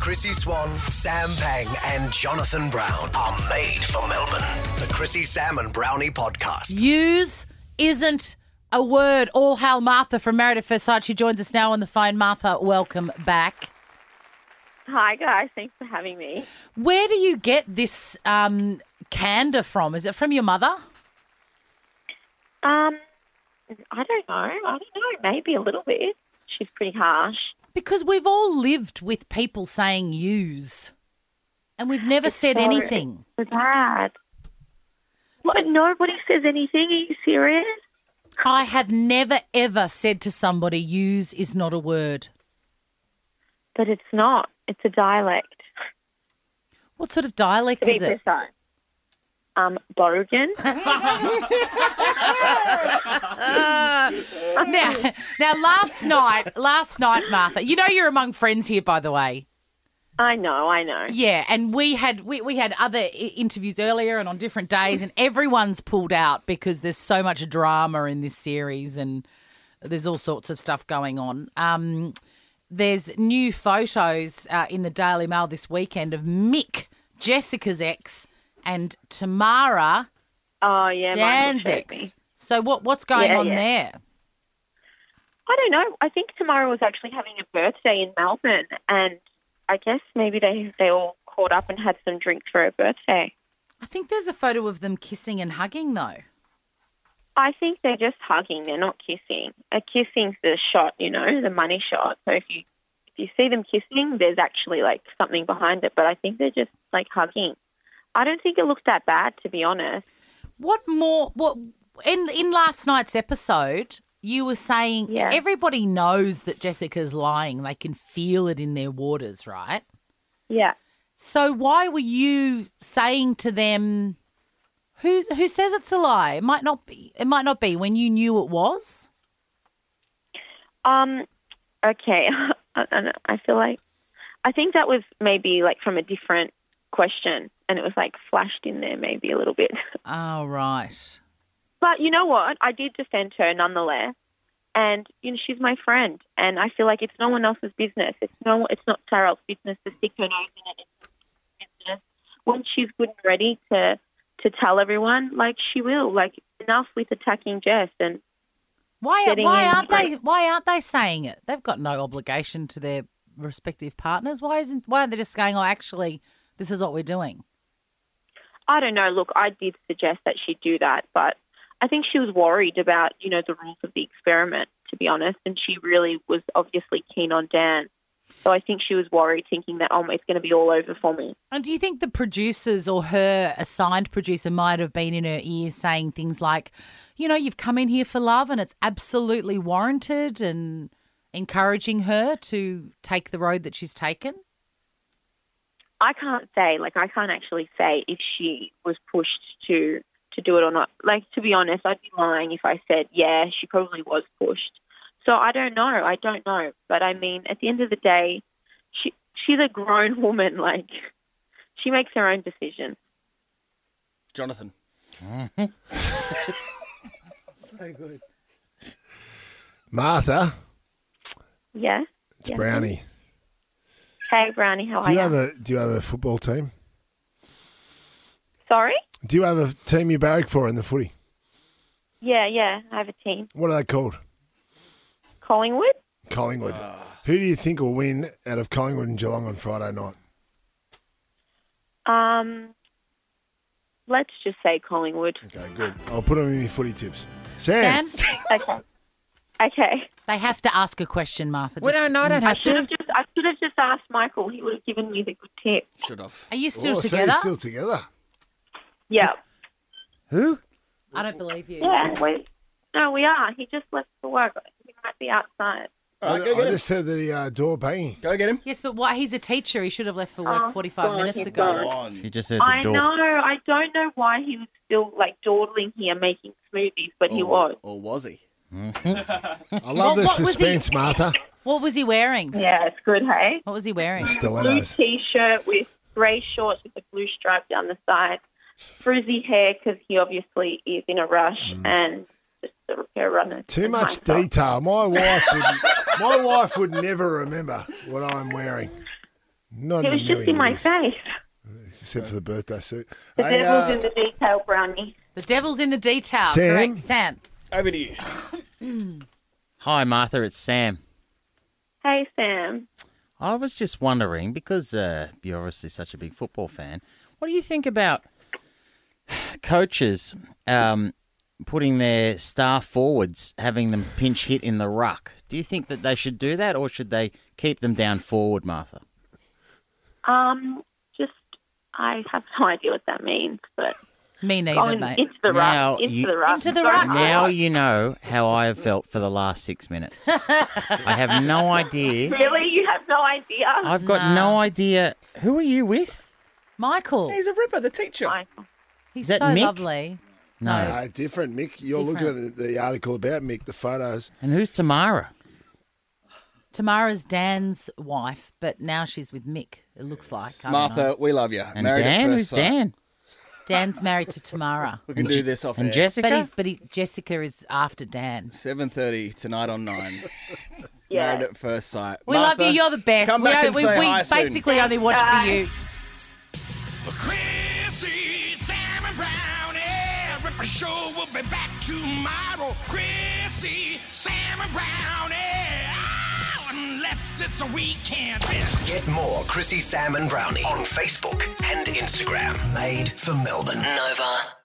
Chrissy Swan, Sam Pang, and Jonathan Brown are made for Melbourne. The Chrissy Sam and Brownie podcast. Use isn't a word. All hail Martha from Married at First Sight. She joins us now on the phone. Martha, welcome back. Hi guys, thanks for having me. Where do you get this um, candor from? Is it from your mother? Um, I don't know. I don't know. Maybe a little bit. She's pretty harsh. Because we've all lived with people saying use, and we've never said so- anything. It's bad. What? Nobody says anything. Are you serious? I have never ever said to somebody, use is not a word. But it's not. It's a dialect. What sort of dialect To is be it? precise. Um, Bogan. Now, now, last night, last night, Martha, you know you're among friends here, by the way. I know. I know. Yeah, and we had we, we had other i- interviews earlier and on different days, and everyone's pulled out because there's so much drama in this series, and there's all sorts of stuff going on. Um, there's new photos uh, in the Daily Mail this weekend of Mick, Jessica's ex, and Tamara Oh yeah. Michael Dan's showed me. ex. So what what's going Yeah, on yeah. there? I don't know. I think tomorrow was actually having a birthday in Melbourne, and I guess maybe they they all caught up and had some drinks for her birthday. I think there's a photo of them kissing and hugging though. I think they're just hugging. They're not kissing. A kissing's the shot, you know, the money shot. So if you if you see them kissing, there's actually like something behind it. But I think they're just like hugging. I don't think it looked that bad, to be honest. What more? What in in last night's episode? You were saying Yeah. everybody knows that Jessica's lying. They can feel it in their waters, right? Yeah. So why were you saying to them, "Who who says it's a lie? It might not be. It might not be." When you knew it was, Um. Okay. I, I don't- I feel like I think that was maybe like from a different question, and it was like flashed in there maybe a little bit. oh right. But you know what? I did defend her nonetheless, and you know she's my friend, and I feel like it's no one else's business. It's no, it's not Sarah's business to stick her nose in it. It's her business. When she's good and ready to to tell everyone, like she will. Like enough with attacking Jess, and Why Getting why in aren't like- they why aren't they saying it? They've got no obligation to their respective partners. Why isn't why aren't they just going? Oh, actually, this is what we're doing. I don't know. Look, I did suggest that she do that, but I think she was worried about you know the rules of the experiment, to be honest, and she really was obviously keen on Dan. So I think she was worried, thinking that oh, it's going to be all over for me. And do you think the producers or her assigned producer might have been in her ear saying things like, you know, you've come in here for love and it's absolutely warranted and encouraging her to take the road that she's taken? I can't say, like, I can't actually say if she was pushed to to do it or not. Like, to be honest, I'd be lying if I said, yeah, she probably was pushed. So I don't know. I don't know. But I mean, at the end of the day, she she's a grown woman. Like, she makes her own decision. Jonathan. Martha, Yeah. it's Yeah. Brownie. Hey, Brownie, how Do are you you? have a do you have a football team? Sorry. Do you have a team you barrack for in the footy? Yeah, yeah. I have a team. What are they called? Collingwood. Collingwood. Ah. Who do you think will win out of Collingwood and Geelong on Friday night? Um, let's just say Collingwood. Okay, good. I'll put them in your footy tips. Sam, Sam, Okay. Okay. they have to ask a question, Martha. Well, Just- no, no, I don't Mm. have I should have just I should have just asked Michael. He would have given me the good tip. Should have. Are you Oh, still so you're together? still together. Yeah. Who? I don't believe you. Yeah. We, no, we are. He just left for work. He might be outside. All right, I, go I get him. just heard the uh, door banging. Go get him. Yes, but why? He's a teacher. He should have left for work Oh, 45 God, minutes he's ago. gone. On. He just said I the door. know. I don't know why he was still like dawdling here making smoothies, but Oh, he was. Or was he? I What- love the what was suspense, Martha. What was he wearing? Yeah, it's good, hey. What was he wearing? The Blue stilettos. t-shirt with grey shorts with a blue stripe down the side, frizzy hair because he obviously is in a rush, Mm. and just a repair runner. Too in much hindsight. detail. My wife would my wife would never remember what I'm wearing. Not It in a was just million in my years, face. Except for the birthday suit. The Hey, devil's uh, in the detail, Brownie. The devil's in the detail. Sam? Correct, Sam. Over to you. Hi, Martha. It's Sam. Hey, Sam. I was just wondering because uh, you're obviously such a big football fan. What do you think about coaches um, putting their star forwards having them pinch hit in the ruck? Do you think that they should do that, or should they keep them down forward, Martha? Um, just I have no idea what that means, but Me neither, Oh, going mate. into the Now rock, into you- the rock, Into the Sorry, ruck. I- Now you know how I have felt for the last six minutes. I have no idea. Really, you have no idea. I've got no idea. Who are you with? Michael, He's a ripper, the teacher. Michael. he's so that Mick? lovely. No. uh, different, Mick. You're looking at the, the article about Mick, the photos. And who's Tamara? Tamara's Dan's wife, but now she's with Mick. It looks like I don't know. Martha, we love you. And Married at Dan? first Who's sight. Dan? Dan's married to Tamara, We can do this off And air. Jessica? but he's but he, Jessica is after Dan. 7.30 tonight on 9. Yeah. Married at first sight. We Martha, love you. You're the best. Come we back o- and we, say we hi soon. basically only watch for Bye. you. Chrissy, Sam and Brownie. Ripper Show will be back tomorrow. Chrissy, Sam and Brownie. Oh, unless it's a weekend. Get more Chrissy, Sam and Brownie on Facebook and Instagram. Made for Melbourne. Nova.